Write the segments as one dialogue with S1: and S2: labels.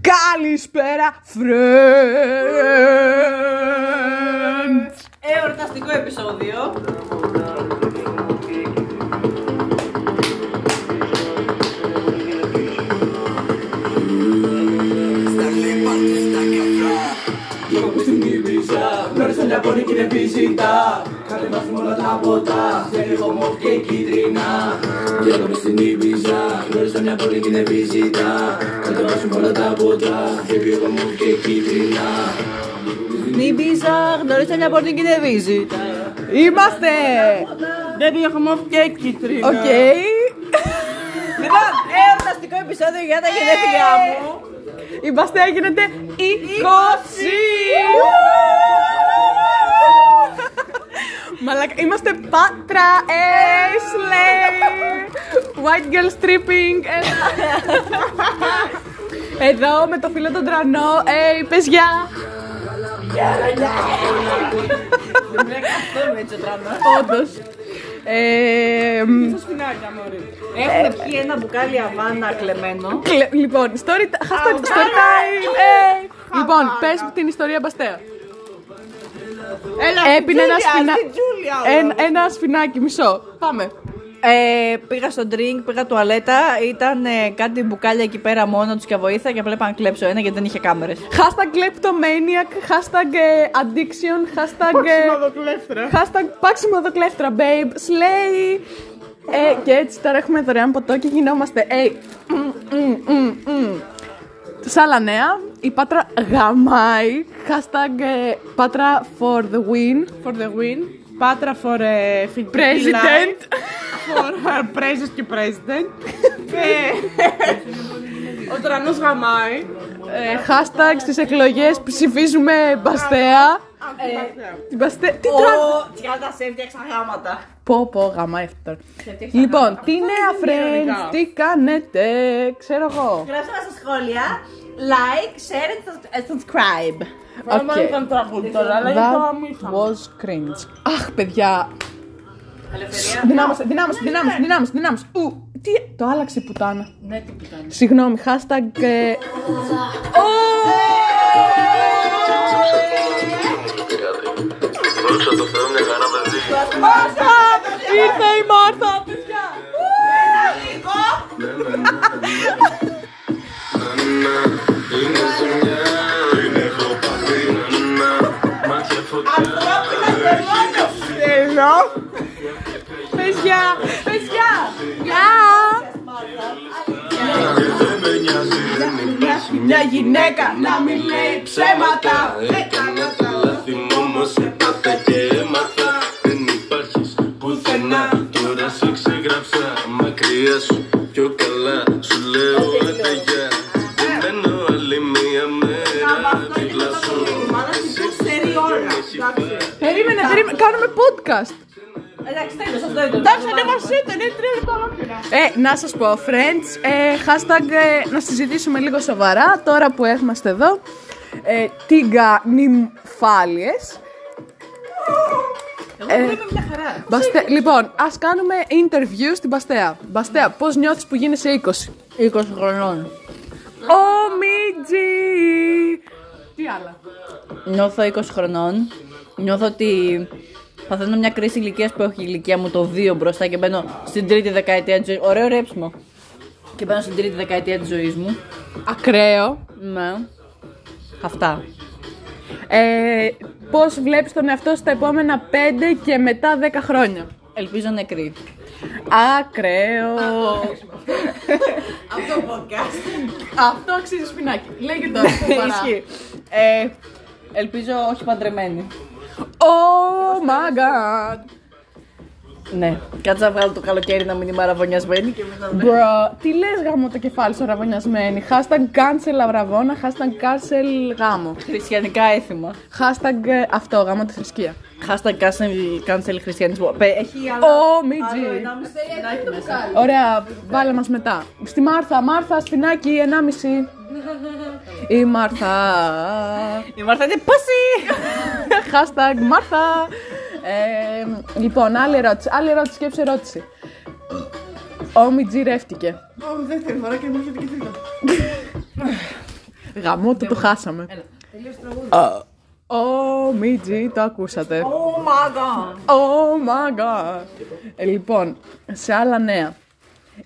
S1: Καλησπέρα, friends!
S2: Εορταστικό επεισόδιο.
S3: Έχω στην Κύπρισα, γνώρισα μια πόνη και είναι φυσικά Κατεβάζουμε όλα τα ποτά, στέλνει χωμό και κίτρινα Και έχω στην Κύπρισα, γνώρισα μια πόνη και είναι φυσικά Κατεβάζουμε όλα τα ποτά, στέλνει χωμό και κίτρινα
S2: Μην πίσα, γνωρίστε μια πόρτα και δεν βίζει.
S1: Είμαστε!
S2: Δεν πήγε χωμόφ και κίτρινο.
S1: Οκ.
S2: Λοιπόν, εορταστικό επεισόδιο για
S4: Ε!
S2: τα γενέθλιά
S1: Ε.
S2: μου.
S1: Η μπαστέα γίνεται 20! Μαλάκα, είμαστε πάτρα, έσλε! White girl stripping! Εδώ με το φίλο τον τρανό, ε, πες γεια!
S2: Δεν βλέπει αυτό με τσοτρανό.
S1: Όντως. Ε, μ,
S2: Έχουμε πιει ένα μπουκάλι αβάνα κλεμμένο.
S1: κλε- λοιπόν, story, ti- hashtag story time! ε. Λοιπόν, πες την ιστορία μπαστέα.
S2: Έλα,
S1: Έπινε ένα σφινά...
S2: Ένα...
S1: Ένα, ένα σφινάκι, μισό. Πάμε.
S2: Ε, πήγα στο drink, πήγα τουαλέτα. Ήταν ε, κάτι μπουκάλια εκεί πέρα μόνο τους και αβοήθα και απλά είπα να κλέψω ένα γιατί δεν είχε κάμερες.
S1: Hashtag kleptomaniac, hashtag ε, addiction, hashtag... Πάξιμαδοκλέφτρα. Hashtag πάξιμαδοκλέφτρα, babe, slay. Ε, και έτσι τώρα έχουμε δωρεάν ποτό και γινόμαστε. Ε, μ, μ, μ, μ. Σ' άλλα νέα, η Πάτρα γαμάει. Hashtag ε, Πάτρα for the win.
S4: For the win. Πάτρα for ε, φοιτητή
S1: President.
S4: life. For her praises και president. Ε, Ο τρανός γαμάει.
S1: Ε, hashtag στις εκλογές ψηφίζουμε Μπαστέα.
S2: Ε,
S1: Την Μπαστέα. Τι τραν...
S2: Τσιάντα σε έφτιαξα γάματα.
S1: Πω πω γαμάει αυτό τώρα. Λοιπόν, τι νέα friends, τι κάνετε, ξέρω εγώ.
S2: Γράψτε μας στα σχόλια. Like, share and subscribe.
S4: Μάλλον
S1: Οκ.
S4: δεν ήταν τραγούδι τώρα, αλλά είναι το
S1: That
S4: αμύθα.
S1: was cringe. Αχ, παιδιά.
S2: Ελευθερία.
S1: Δυνάμωσε, δυνάμωσε, δυνάμωσε, δυνάμωσε, δυνάμωσε. Ου, τι, το άλλαξε η πουτάνα.
S2: Ναι, τι ήταν.
S1: Συγγνώμη, hashtag... ε,
S5: Δόξα τω Θεώ μια χαρά παιδί
S1: Μάρθα, ήρθε η Μάρθα, παιδιά.
S5: Είναι ζημιά, είναι χοπαθή νανά Μάτια φωτιά,
S1: Θέλω. Παιδιά, παιδιά. Γεια.
S5: δεν με νοιάζει, δεν υπάρχει μια
S1: γυναίκα
S5: να μην λέει ψέματα
S1: Ε,
S5: Έκανα τα λάθη μου όμως έπαθα και έμαθα Δεν υπάρχεις πουθενά, τώρα σε ξεγράψα Μακριά σου πιο καλά, σου λέω άντε γεια Δεν μένω άλλη μία μέρα, δίπλα σου Εσύ δεν έχει πάει.
S1: Περίμενε, περίμενε, κάνουμε podcast.
S2: Εντάξει, τέλος, αυτό ήταν.
S1: Εντάξει, ναι, ανέβασέ το, είναι τρία λεπτά ολόκληρα. Ε, να σας πω, friends, ε, hashtag ε, να συζητήσουμε λίγο σοβαρά, τώρα που είμαστε εδώ. Ε, τίγκα νυμφάλιες.
S2: Εγώ είμαι μια χαρά.
S1: Μπαστε... Λοιπόν, ας κάνουμε interview στην Μπαστέα. Μπαστέα, πώς νιώθεις που γίνεσαι 20.
S2: 20 χρονών.
S1: Ομίτζι! Τι άλλα.
S2: Νιώθω 20 χρονών. Νιώθω ότι παθαίνω μια κρίση ηλικίας που έχει η ηλικία μου το 2 μπροστά και μπαίνω στην τρίτη δεκαετία της ζωής. Ωραίο ρέψιμο. Και μπαίνω στην τρίτη δεκαετία της ζωής μου.
S1: Ακραίο.
S2: Ναι. Αυτά.
S1: Ε, πώς βλέπεις τον εαυτό σου στα επόμενα 5 και μετά 10 χρόνια.
S2: Ελπίζω νεκρή.
S1: Ακραίο.
S2: Αυτό podcast.
S1: Αυτό αξίζει σπινάκι. Λέγε το.
S2: Ισχύει. Ε, ελπίζω όχι παντρεμένη.
S1: Oh my god.
S2: Ναι. Κάτσε να βγάλω το καλοκαίρι να μην είμαι αραβωνιασμένη και μετά.
S1: Bro, τι λες γάμο το κεφάλι σου ραβωνιασμένη. Hashtag cancel αβραβώνα, hashtag cancel γάμο.
S2: Χριστιανικά έθιμα.
S1: Hashtag ε, αυτό, γάμο τη θρησκεία.
S2: Hashtag cancel, cancel χριστιανισμό. Πε- Έχει άλλο.
S1: Oh, Μιτζι.
S2: σφινάκι μέσα.
S1: Ωραία, βάλε μας μετά. Στη Μάρθα, Μάρθα, σπινάκι, 1,5. Η Μάρθα.
S2: Η Μάρθα είναι πάση!
S1: Hashtag Μάρθα. Ε, λοιπόν, άλλη ερώτηση. Άλλη ερώτηση, σκέψη ερώτηση. Ο Μιτζι ρεύτηκε.
S4: Ω, Δεύτερη φορά και μου έρχεται και τρίτα.
S1: Γαμό, το, το χάσαμε. Ω, Μίτζι, το ακούσατε.
S4: Oh my god.
S1: Oh my god. Ε, λοιπόν, σε άλλα νέα.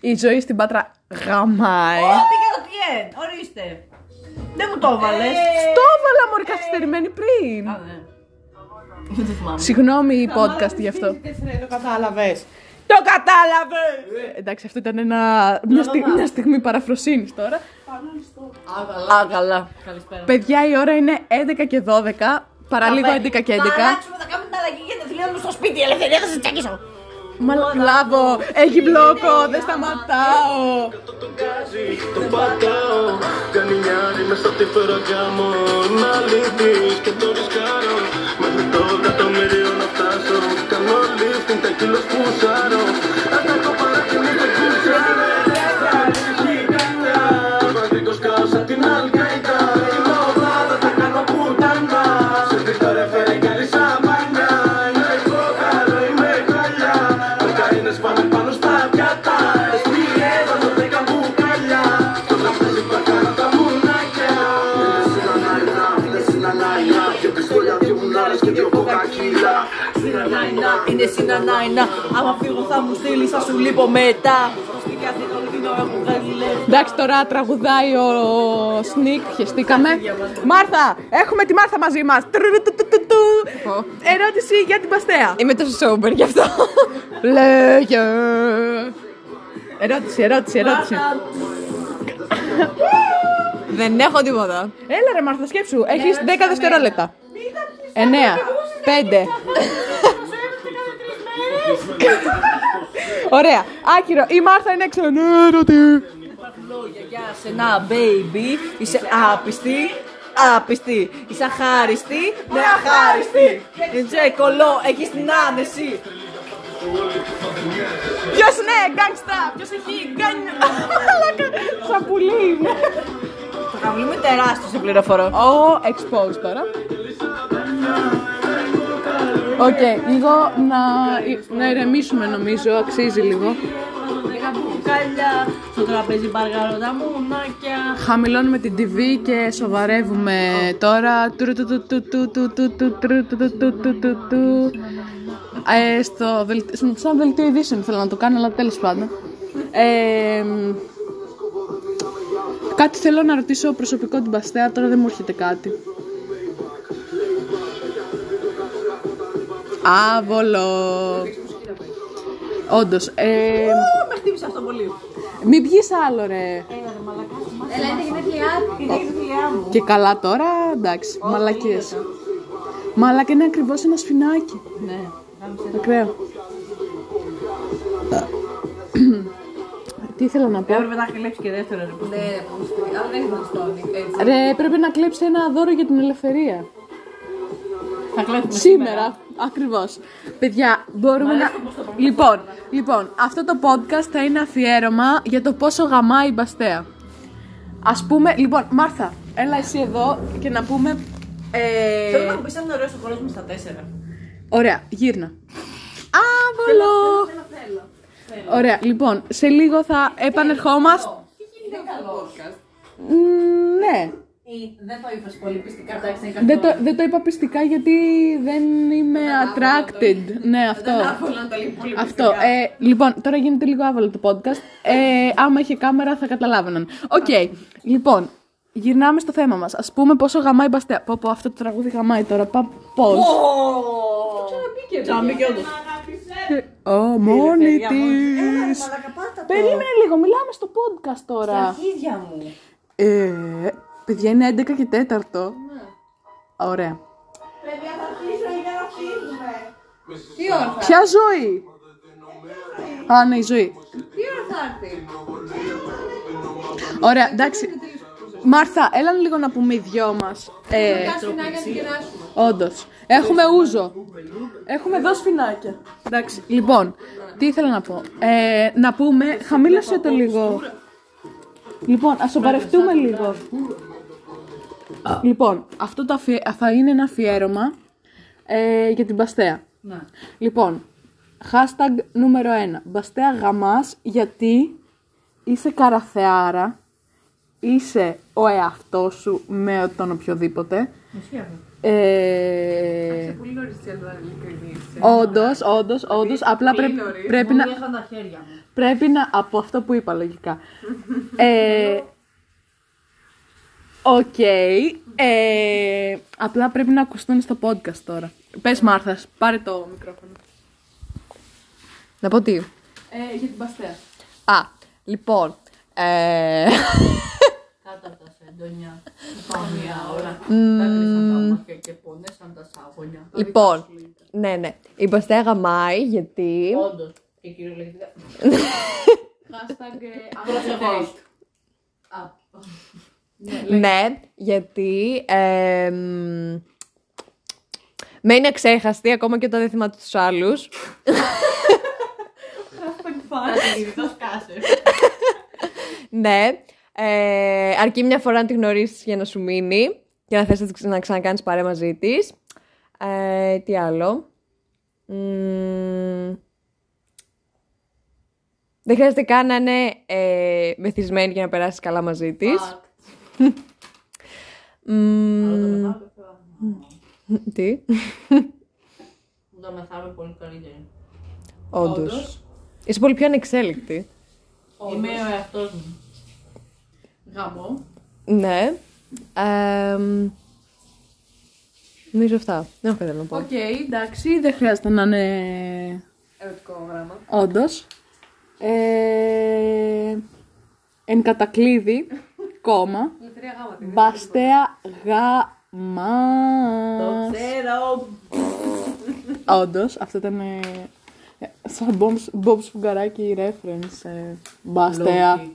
S1: Η ζωή στην Πάτρα γαμάει.
S2: Πήγε το Τιέν, ορίστε. Δεν μου το έβαλε.
S1: Το έβαλα μωρή καθυστερημένη πριν.
S2: Ε. Δεν το θυμάμαι.
S1: Συγγνώμη podcast γι' αυτό.
S4: Το κατάλαβες. Το κατάλαβες.
S1: Εντάξει, αυτό ήταν ένα, μια, στι- μια στιγμή παραφροσύνης τώρα.
S2: Α, καλά. Καλησπέρα.
S1: Παιδιά, η ώρα είναι 11 και 12. Παρά λίγο 11 και 11.
S2: Θα αλλάξουμε, θα κάνουμε την αλλαγή για μου στο σπίτι. Η ελευθερία θα σε τσακίσω.
S1: Μαλά- Μπράβο, έχει μπλόκο, δεν σταματάω.
S5: Το τον κάζει, τον πατάω Κάνει μια ρήμα στα τύφερα γάμο Να λυθείς και το ρισκάρω Μέχρι το εκατομμύριο να φτάσω Κάνω λίφτιν τα κιλό σπουσάρω Αν τα κοπάρα και μην τα κουσάρω Παντρικός κάω σαν την Αλκαϊτά Είμαι ομάδα, τα κάνω πουτάνα Σε πίσω ρε φέρε κι άλλη σαμπάνια Είναι εγώ καλό, είμαι χαλιά Μακαρίνες πάνε πάνω στα πιάτα Εσύ εδώ το δέκα μπουκάλια Το τραπέζι μακάρα τα μουνάκια Συνανάινα, είναι συνανάινα Δυο πιστόλια, δυο μουνάρες και δυο κοκακίλα Συνανάινα,
S2: Είναι συνανάινα. Άμα φύγω θα μου στείλει, θα σου λείπω μετά. Στο σπίτι αυτή όλη την ώρα που βγάζει λεφτά.
S1: Εντάξει, τώρα τραγουδάει ο Σνικ, χεστήκαμε. Μάρθα, έχουμε τη Μάρθα μαζί μας. Ερώτηση για την Παστέα.
S6: Είμαι τόσο sober γι' αυτό.
S1: Λέγε. Ερώτηση, ερώτηση, ερώτηση.
S6: Δεν έχω τίποτα.
S1: Έλα Ναι, ρε Μάρθα, σκέψου. Έχεις 10 δευτερόλεπτα. Ε, 9, 5. Ωραία, άκυρο. Η Μάρθα είναι Ναι, εξονέρωτη.
S2: Για σένα, baby, είσαι άπιστη. Άπιστη, είσαι αχάριστη, ναι αχάριστη Είσαι κολό, έχεις την άνεση
S1: Ποιος ναι, γκάγκστα. Ποιος έχει γκάνι. Μαλάκα, σαπουλί είμαι.
S2: Το καβλί είναι τεράστιο, σε πληροφορώ
S1: Ο exposed τώρα. Οκ, λίγο να, να ηρεμήσουμε νομίζω, αξίζει λίγο.
S2: Λέγα μπουκάλια, στο τραπέζι μπαργαρότα μουνάκια
S1: Χαμηλώνουμε την TV και σοβαρεύουμε τώρα. Τουρου του του του του του του του τουρου του του του του του του. Ε, Στο δελτ- στο- στο δελτίο ειδήσεων θέλω να το κάνω, αλλά τέλος πάντων. Ε, μ, Κάτι θέλω να ρωτήσω προσωπικό την Παστέα, τώρα δεν μου έρχεται κάτι. Άβολο. Όντως. Ε,
S2: Με χτύπησε αυτό πολύ
S1: μην πιείς άλλο ρε.
S6: Έλα, είναι γενέθλιά.
S2: Είναι η δουλειά μου
S1: Και καλά τώρα, εντάξει, μαλακίες. Μαλάκα είναι ακριβώς ένα σφινάκι.
S2: Ναι,
S1: Ακραίο. Τι ήθελα να πω.
S2: έπρεπε να κλέψει και δεύτερο ρε
S6: Ναι, ρε, πούστη. Αλλά δεν έχει γνωστόνι. Έτσι.
S1: Ρε, πρέπει να κλέψει ένα δώρο για την ελευθερία.
S2: Θα κλέψουμε
S1: Σήμερα, ακριβώς. Παιδιά, μπορούμε να. Λοιπόν, λοιπόν, αυτό το podcast θα είναι αφιέρωμα για το πόσο γαμάει η μπαστέα. Ας πούμε, λοιπόν, Μάρθα, έλα εσύ εδώ και να πούμε. ε,
S2: Θέλω να μου πεις αν είναι ωραίος ο χώρος μου στα τέσσερα
S1: Ωραία, γύρνα. Άβολο! Ωραία, λοιπόν, σε λίγο θα
S6: Ε,
S1: επανερχόμαστε. Μ, Ναι,
S6: Ε, Δεν το είπες πολύ πιστικά. Εντάξει, είναι
S1: δεν το, δεν το είπα πιστικά γιατί δεν είμαι attracted. Ναι, αυτό.
S6: καθόλου να το λέει πολύ
S1: Αυτό. Ε, λοιπόν, τώρα γίνεται λίγο άβολο το podcast. Ε, άμα είχε κάμερα θα καταλάβαιναν. Οκ. Λοιπόν, γυρνάμε στο θέμα μας. Ας πούμε πόσο γαμάει η Μπαστέα. Πω πω, αυτό το τραγούδι γαμάει τώρα. Πα, πώς.
S2: Τζάμπη και όντως
S1: Ω, μόνη τη. Περίμενε λίγο, μιλάμε στο podcast τώρα.
S2: Αρχίδια μου
S1: Ε, παιδιά, είναι 11 και 4.
S2: Ναι.
S1: Ωραία.
S6: Τι ώρα θα
S1: Ποια ζωή! Α, ναι, η ζωή.
S6: τι ώρα θα έρθει.
S1: Ωραία, εντάξει. Μάρθα, έλα λίγο να πούμε οι δυο μας. Ε,
S6: Κάτσε την άγια να κεράσουμε.
S1: Όντως. Έχουμε ούζο. Έχουμε εδώ σφινάκια. Εντάξει. Λοιπόν, τι ήθελα να πω. Ε, να πούμε, χαμήλωσε το λίγο. Λοιπόν, ας σοβαρευτούμε λίγο. Λοιπόν, αυτό το αφιε- θα είναι ένα αφιέρωμα ε, για την Παστέα. Λοιπόν, hashtag νούμερο 1. Μπαστέα γαμάς γιατί είσαι καραθεάρα είσαι ο εαυτός σου με τον οποιοδήποτε. Ε,
S6: Πολύ νωρίς για να ειλικρινή.
S1: όντως, όντως, όντως, απλά πρέπει,
S6: ε. νωρίς.
S1: πρέπει να... Πρέπει να, από αυτό που είπα λογικά. Ε, Οκ. ε, απλά πρέπει να ακουστούν στο podcast τώρα. Πες Μάρθας, πάρε το μικρόφωνο.
S7: Να πω τι.
S1: Ε, για την Παστέα.
S7: Α, λοιπόν. Ε,
S2: Κάτω από τα σεντόνια, πάμια όλα. Δάκρυσαν τα μάτια και πονέσαν τα σάγωνια.
S7: λοιπόν, ναι, ναι. Η Παστέα γαμάει γιατί.
S2: Όντως, και κυριολεκτικά. Hashtag
S7: Ναι, γιατί. Ε, μ, μένει αξέχαστη ακόμα και όταν δεν θυμάται τους άλλους. ναι. Ε, αρκεί μια φορά να τη γνωρίσεις για να σου μείνει και να θες να, τη ξα- να ξανακάνεις παρέα μαζί της. Ε, τι άλλο. Μμμ. δεν χρειάζεται καν να είναι ε, μεθυσμένη για να περάσεις καλά μαζί της. Τι.
S2: Όταν μεθάμε πολύ καλύτερα.
S7: Όντω. Είσαι πολύ πιο ανεξέλικτη.
S2: Είμαι ο εαυτός μου. Γαμό.
S7: Ναι. Ε, μ, νομίζω αυτά. Δεν έχω κάτι άλλο να πω.
S1: Οκ, εντάξει, δεν χρειάζεται να είναι. Ερωτικό γράμμα. Όντως. Ε, εν κατακλείδη, κόμμα. Μπαστέα γάμας.
S2: Το ξέρω.
S1: Όντως, αυτό ήταν. ε, Σαν Bob's- Bob Σφουγγαράκη reference. ε, Μπαστέα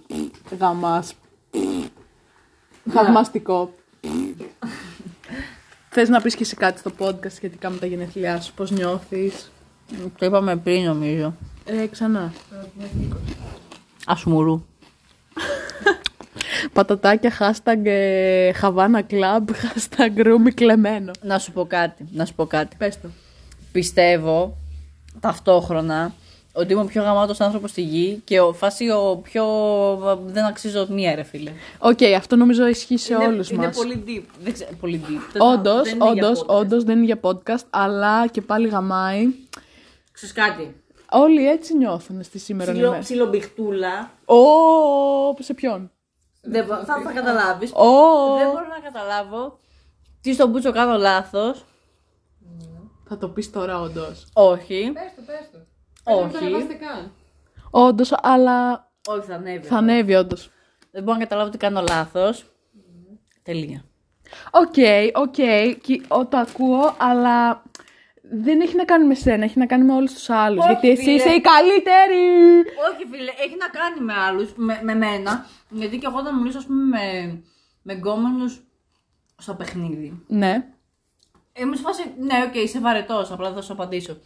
S1: γαμά. Ναι. Θαυμαστικό. Θες να πεις και εσύ κάτι στο podcast σχετικά με τα γενέθλιά σου, πώς νιώθεις.
S2: Το είπαμε πριν νομίζω.
S1: Ε, ξανά.
S2: Ασμουρού.
S1: Πατατάκια, hashtag ε, Havana Club, hashtag ρούμι κλεμμένο.
S2: Να σου πω κάτι, να σου πω κάτι.
S1: Πες το.
S2: πιστεύω ταυτόχρονα ότι είμαι ο πιο γαμάτος άνθρωπος στη γη και ο φάση ο πιο. Δεν αξίζω μία, ρε φίλε.
S1: Οκ, αυτό νομίζω ισχύει σε όλους
S2: είναι
S1: μας.
S2: πολύ deep. Δεν ξέρω, πολύ deep. Τέλος
S1: Όντως,
S2: πάντων, δεν είναι για
S1: όντως,
S2: podcast.
S1: όντως δεν είναι για podcast, αλλά και πάλι γαμάει.
S2: Ξέρεις κάτι.
S1: Όλοι έτσι νιώθουν στη σήμερα ημέρα.
S2: Ψιλομπιχτούλα.
S1: Ω, σε ποιον.
S2: Δεν μπο- θα θα καταλάβεις.
S1: Ω,
S2: Δεν μπορώ να καταλάβω τι στον Μπούτσο κάνω λάθος.
S1: θα το πεις τώρα όντως.
S2: Όχι.
S6: Πες το, πες το. Δεν
S2: Όχι.
S6: ανεβάστε καν.
S1: Όντως, αλλά
S2: Όχι, θα ανέβει.
S1: θα ανέβει όντως.
S2: Δεν μπορώ να καταλάβω τι κάνω λάθος. Τελεία.
S1: Οκ, οκ, κι- ο, το ακούω, αλλά δεν έχει να κάνει με σένα, έχει να κάνει με όλους τους άλλους.
S2: Όχι,
S1: γιατί εσύ
S2: φίλε.
S1: είσαι η καλύτερη!
S2: Όχι, φίλε, έχει να κάνει με άλλους, με, με μένα. Γιατί και εγώ όταν μιλήσω, ας πούμε, με, με γκόμενους στο παιχνίδι.
S1: Ναι.
S2: Είμαι σε φάση, ναι, οκ, είσαι βαρετός, απλά θα σου απαντήσω.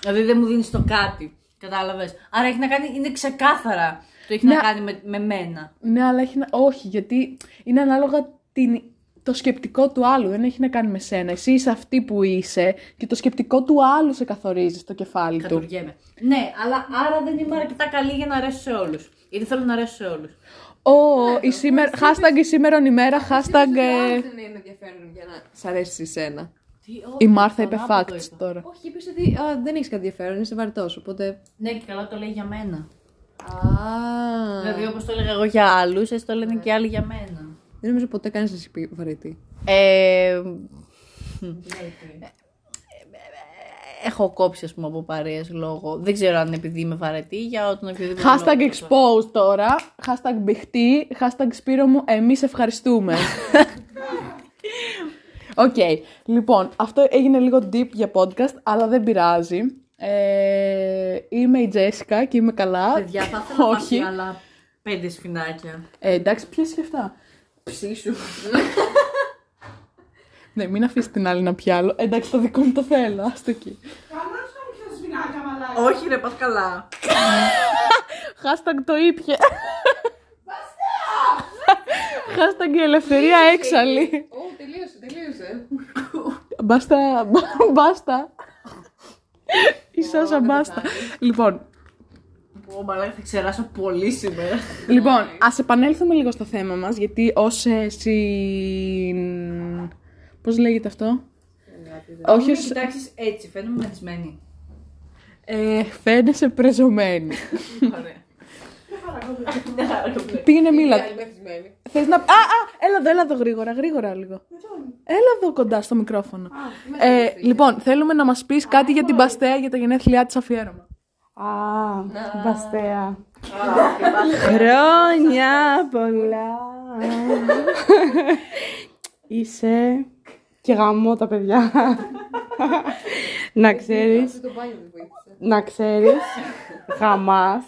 S2: Δηλαδή δεν μου δίνεις το κάτι. Κατάλαβες. Άρα έχει να κάνει, είναι ξεκάθαρα το έχει να,
S1: Ναι.
S2: κάνει με, με μένα.
S1: Ναι, αλλά έχει να... Όχι, γιατί είναι ανάλογα την... το σκεπτικό του άλλου. Δεν έχει να κάνει με σένα. Εσύ είσαι αυτή που είσαι και το σκεπτικό του άλλου σε καθορίζει στο κεφάλι του.
S2: Κατουργέμαι. Ναι, αλλά άρα δεν είμαι αρκετά καλή για να αρέσω σε όλους. Γιατί θέλω να αρέσω σε όλους.
S1: Ω,
S7: Ναι,
S1: η σήμερα... hashtag η σήμερον ημέρα, hashtag... ε,
S7: Δεν είναι ενδιαφέρον για να σ' αρέσει εσένα.
S1: Η Μάρθα είπε facts τώρα.
S7: Όχι, είπες ότι α, δεν έχεις κάτι ενδιαφέρον, είσαι βαρετός. Οπότε.
S2: Ναι, και καλά το λέει για μένα.
S7: Α.
S2: Δηλαδή, όπως το έλεγα εγώ για άλλους, έτσι το λένε και άλλοι για μένα.
S7: Δεν νομίζω ποτέ κανείς να σε πει βαρετή.
S2: Ε, Ναι, έχω κόψει, ας πούμε, από παρέες λόγω. Δεν ξέρω αν είναι επειδή είμαι βαρετή για τον οποιοδήποτε
S1: Hashtag
S2: λόγο.
S1: exposed τώρα, hashtag μπηχτή, hashtag σπύρο μου, εμείς ευχαριστούμε. Οκ, λοιπόν, αυτό έγινε λίγο deep για podcast, αλλά δεν πειράζει. Ε, είμαι η Τζέσικα και είμαι καλά.
S2: Παιδιά, θα ήθελα να
S1: Όχι.
S2: πάρει άλλα πέντε σφινάκια.
S1: Ε, εντάξει, πιες και αυτά.
S2: Ψήσου.
S1: Ναι, μην αφήσεις την άλλη να πιάλω. Ε, εντάξει, το δικό μου το θέλω, άστο εκεί.
S4: Καμάς θα μου πιάσει σφινάκια μαλάκα.
S2: Όχι ρε, πας καλά.
S1: Hashtag το ήπια. Hashtag η ελευθερία έξαλλη.
S6: Ω, τελείωσε, τελείωσε.
S1: Μπάστα, μπάστα. Η Σάσα μπάστα. Λοιπόν,
S2: Ω, μαλάκα, θα ξεράσω πολύ σήμερα.
S6: Ναι.
S1: Λοιπόν, ας επανέλθουμε λίγο στο θέμα μας, γιατί ως ε, συν. Πώς λέγεται αυτό. Όχι
S2: Μην
S1: ως-
S2: κοιτάξεις έτσι, φαίνομαι μαντισμένη.
S1: Ε, φαίνεσαι πρεζωμένη.
S2: Ωραία.
S1: Ναι,
S2: Μια χαρά, κομπλέ.
S1: Πήγαινε μίλα.
S6: Καλημεθυσμένη.
S1: Θες να... Α, α, έλα εδώ, έλα εδώ γρήγορα, γρήγορα λίγο. Έλα εδώ κοντά στο μικρόφωνο. Ε, λοιπόν, θέλουμε να μας πεις κάτι για την Παστέα για τα γενέθλιά της αφιέρωμα.
S4: Α, μπαστέα. Χρόνια πολλά. Είσαι και γαμώ τα παιδιά. Να ξέρεις,
S6: Το ε. μπάνιο δεν βοήθησε.
S4: να ξέρεις, γαμάς.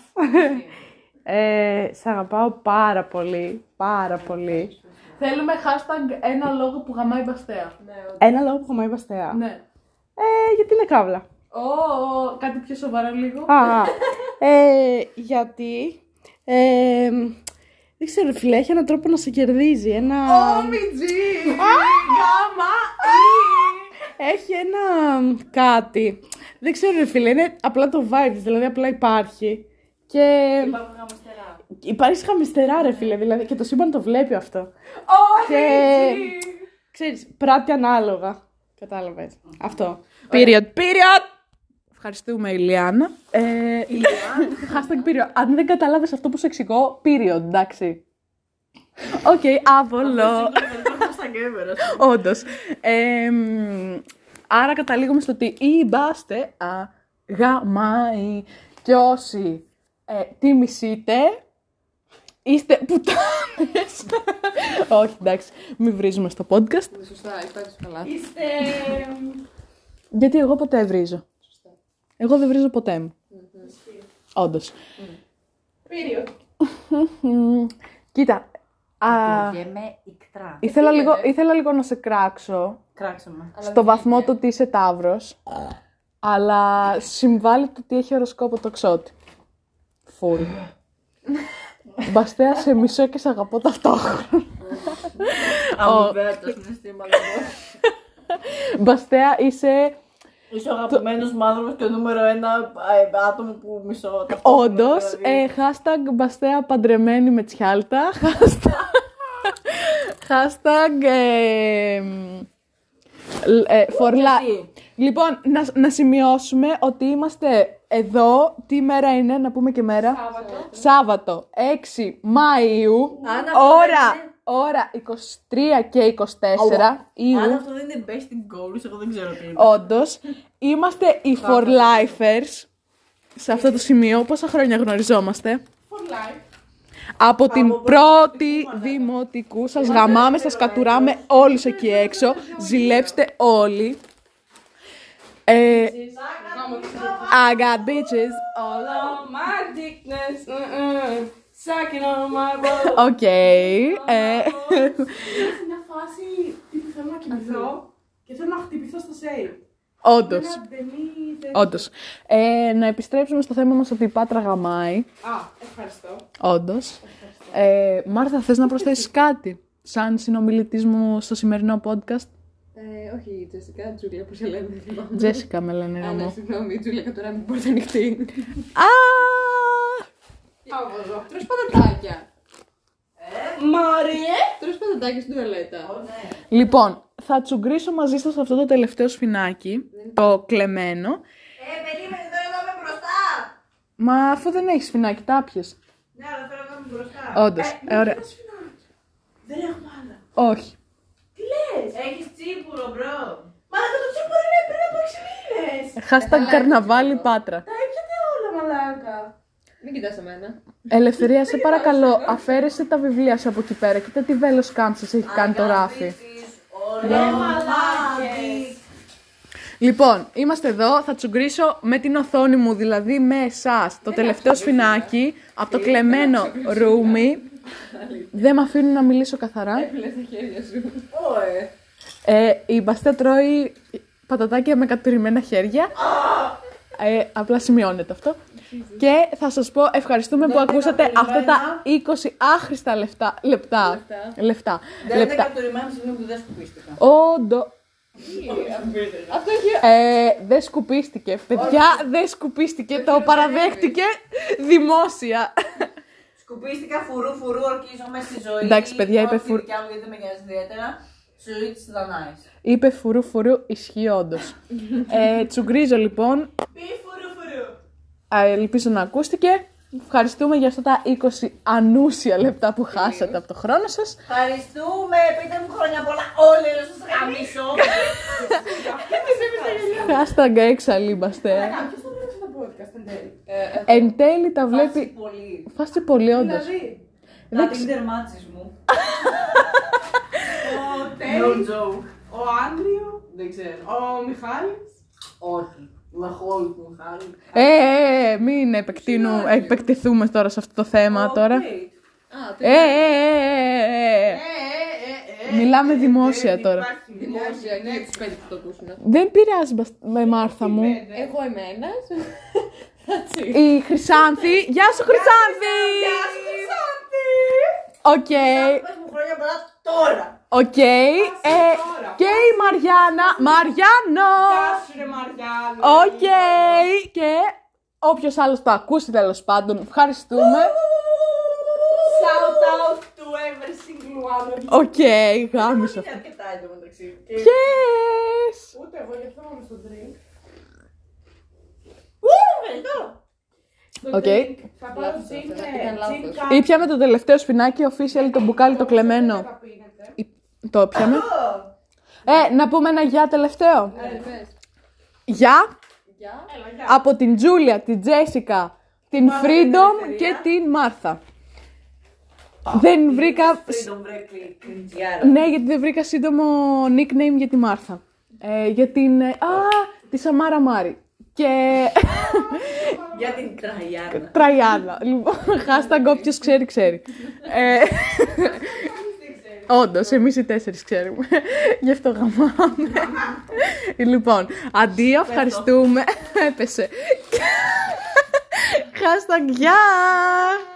S4: Ε, σ' αγαπάω πάρα πολύ, πάρα πολύ.
S1: Θέλουμε hashtag ένα λόγο που γαμάει η Παστέα.
S4: Ένα λόγο που γαμάει μπαστέα.
S1: Ναι.
S4: Ε, γιατί είναι καύλα.
S1: Ω, ω, κάτι πιο σοβαρό λίγο.
S4: Α, ε, γιατί. Ε, δεν ξέρω, φίλε, έχει έναν τρόπο να σε κερδίζει. Ένα. Έχει ένα μ, κάτι. Δεν ξέρω, ρε φίλε, είναι απλά το vibe, της, δηλαδή απλά υπάρχει. Και. Υπάρχει χαμιστερά, ρε φίλε, δηλαδή και το σύμπαν το βλέπει αυτό. και. Ξέρεις, πράττει ανάλογα. Κατάλαβες. Αυτό. Period, period!
S1: Ευχαριστούμε, Ηλιάνα. Ε, Ηλιάνα. hashtag period. Αν δεν καταλάβεις αυτό που σου εξηγώ, period, εντάξει. Οκ, άβολο. Όντω. άρα καταλήγουμε στο ότι η μπάστε αγαμάει και όσοι ε, τι μισείτε, είστε πουτάνες. Όχι, εντάξει, μην βρίζουμε στο podcast.
S6: Σωστά, υπάρχει καλά.
S1: Γιατί εγώ ποτέ βρίζω. Εγώ δεν βρίζω ποτέ μου. Όντως. Κοίτα. Α,
S2: Βγαίνουμε ικτρά.
S1: ήθελα, λίγο, ήθελα λίγο να σε κράξω.
S2: Κράξε με.
S1: στο βαθμό του ότι είσαι τάβρος, αλλά συμβάλλει το ότι έχει οροσκόπο τοξότη. Φουλ. Μπαστέα, σε μισό και σε αγαπώ ταυτόχρονα.
S2: Αμοιβαία τα συναισθήματα μου.
S1: Μπαστέα, είσαι
S2: Είσαι ο αγαπημένος μου άνθρωπος και ο νούμερο ένα ε, άτομο που μισώ. ταυτόχρονα,
S1: όντως
S2: δηλαδή.
S1: ε, hashtag μπαστέα παντρεμένη με τσιάλτα. Hashtag. hashtag ε, μ, λ- ε, for life. Λοιπόν, να, να σημειώσουμε ότι είμαστε εδώ. Τι μέρα είναι, να πούμε και μέρα. Σάββατο. 6 Μαΐου.
S2: Αν αυτό δεν
S1: ώρα,
S2: είναι-
S1: ώρα 23 και 24
S2: Αν
S1: Ιου.
S2: αυτό δεν είναι besting goals, εγώ δεν ξέρω τι είναι.
S1: Όντως, είμαστε οι for lifers. Σε αυτό το σημείο, πόσα χρόνια γνωριζόμαστε. Από την πρώτη δημοτικού σας γαμάμε, σας κατουράμε όλους εκεί έξω. Ζηλέψτε όλοι. Ε, I got bitches. Οκ. ε,
S4: σε μια φάση τύπου θέλω να κοιμηθώ και θέλω να χτυπηθώ στο σέι.
S1: Όντως.
S4: Ντεμή,
S6: Ναι.
S4: τε-
S1: Όντως. Ε, να επιστρέψουμε στο θέμα μας ότι η Πάτρα γαμάει.
S4: Α, ευχαριστώ.
S1: Όντως. Ε, Μάρθα, θες να προσθέσεις κάτι σαν συνομιλητής μου στο σημερινό podcast.
S6: Ε, Όχι, η Τζεσικά, Τζούλια, πώς σε λένε, δεν θυμάμαι.
S1: Τζέσικα με λένε ρε
S6: Α, ναι,
S1: μου.
S6: συγγνώμη, η Τζούλια κατουράει την πόρτα ανοιχτή.
S1: Α!
S6: Άβολο. Τρως πατατάκια. Μωρίε! Τρως πατατάκια στην τουαλέτα.
S1: Λοιπόν, θα τσουγκρίσω μαζί σας αυτό το τελευταίο σφινάκι,
S6: Ναι.
S1: το κλεμμένο.
S2: Ε, περίμενε, τώρα να είμαι μπροστά.
S1: Μα αφού δεν έχεις σφινάκι, τα πιες.
S2: Ναι, αλλά θέλω να είμαι μπροστά.
S1: Όντως, ε, ωραία.
S2: Δεν έχουμε άλλα.
S1: Όχι.
S2: Έχεις τσίπουρο, μπρο.
S4: Μα δεν το ξέρω είναι πριν από 6 μήνες.
S1: Hashtag καρναβάλι Πάτρα.
S4: Τα έπιατε όλα, μαλάκα.
S6: Μην κοιτάς εμένα.
S1: Ελευθερία, σε παρακαλώ, αφαίρεσε τα βιβλία σου από εκεί πέρα. Κοίτα τι βέλος κάμψας έχει κάνει το ράφι.
S4: Ρε μαλάκες.
S1: Λοιπόν, είμαστε εδώ. Θα τσουγκρίσω με την οθόνη μου, δηλαδή με εσάς, το
S6: Ναι,
S1: τελευταίο σφινάκι από το κλεμμένο ρούμι. Δεν με αφήνουν να μιλήσω καθαρά.
S6: Λες τα χέρια σου.
S1: Ε, η Μπαστέ τρώει πατατάκια με κατουρημένα χέρια. Ε, απλά σημειώνεται αυτό. Και θα σας πω ευχαριστούμε που ακούσατε αυτά τα 20 άχρηστα λεφτά. Λεπτά. Λεφτά.
S2: Δεν είναι
S1: Λεπτά.
S2: κατουρημένα, συγγνώμη που δεν σκουπίστηκα.
S1: Όντω.
S7: Αυτό έχει.
S1: Ε, δεν σκουπίστηκε. Παιδιά, δεν σκουπίστηκε. Το παραδέχτηκε δημόσια.
S2: Σκουπίστηκα φουρού φουρού, ορκίζομαι στη ζωή.
S1: Εντάξει, παιδιά,
S2: Τρώω
S1: είπε
S2: τη
S1: φουρ-
S2: δικιά μου γιατί δεν με νοιάζει ιδιαίτερα. Στη ζωή της Δανάη.
S1: Είπε φουρού φουρού, ισχύει όντως. ε, τσουγκρίζω λοιπόν.
S2: Πει φουρού φουρού.
S1: Α, Ελπίζω να ακούστηκε. Ευχαριστούμε για αυτά τα 20 ανούσια λεπτά που χάσατε από το χρόνο σας.
S2: Ευχαριστούμε, πείτε μου χρόνια πολλά. Όλοι να σας γαμίσω.
S1: Hashtag εξαλείμπαστε.
S7: Ποιος θα πρέπει να το podcast εν τέλει. Ε,
S1: Εν τέλει τα
S2: Βλέπει
S1: βλέπει...
S2: πολύ.
S1: Φάστε πολύ όντως.
S7: Δηλαδή.
S2: Να την τερμάτισε μου.
S7: Ο Τέρι. Ο Άντριο. Δεν ξέρω. Ο Μιχάλης.
S2: Όχι.
S7: Λαχόλ του Μιχάλη.
S1: Ε, ε, ε, μην επεκτείνου- επεκτηθούμε τώρα σε αυτό το θέμα τώρα.
S7: Α,
S1: Ε, ε, ε, ε, ε, ε. Μιλάμε δημόσια τώρα.
S7: Δημόσια, ναι, τους πέντε που το ακούσουν.
S1: Δεν πειράζει, μπασ- με Μάρθα μου.
S7: Εγώ εμένα.
S1: Η Χρυσάνθη. Γεια σου, Χρυσάνθη! Οκ.
S2: Πες μου χρόνια πολλά τώρα.
S1: Οκ. ε, Και η Μαριάννα. Μαριάννο! Οκ. Και όποιος άλλος το ακούσει, τέλος πάντων, ευχαριστούμε.
S7: Shout out to every single one of you.
S1: Οκ, γάμισε αυτό.
S7: Αρκετά εν τω μεταξύ.
S1: Yes!
S7: Ούτε εγώ γιατί δεν είμαι στο drink.
S1: Οκ.
S7: Θα ε, πάρω gin, gin κα-
S1: Ήπιαμε το τελευταίο σπινάκι, official, το μπουκάλι το κλεμμένο. Το πιάμε. Ε, να πούμε ένα γεια τελευταίο. Γεια
S7: Γεια.
S1: από την Τζούλια, την Τζέσικα, την Freedom και την Μάρθα. Δεν βρήκα.
S2: Freedom break, κριντιάρα.
S1: Ναι, γιατί δεν βρήκα σύντομο nickname για τη Μάρθα. Ε, για την. ε, Α, τη Σαμάρα Μάρη. Και.
S2: Για την Τραγιάνα.
S1: Τραγιάννα. Λοιπόν, hashtag όποιος ξέρει, ξέρει. ε, Όντως, εμείς οι τέσσερις ξέρουμε. Γι' αυτό γαμάμε. λοιπόν, αντίο, ευχαριστούμε. Έπεσε. Hashtag γεια!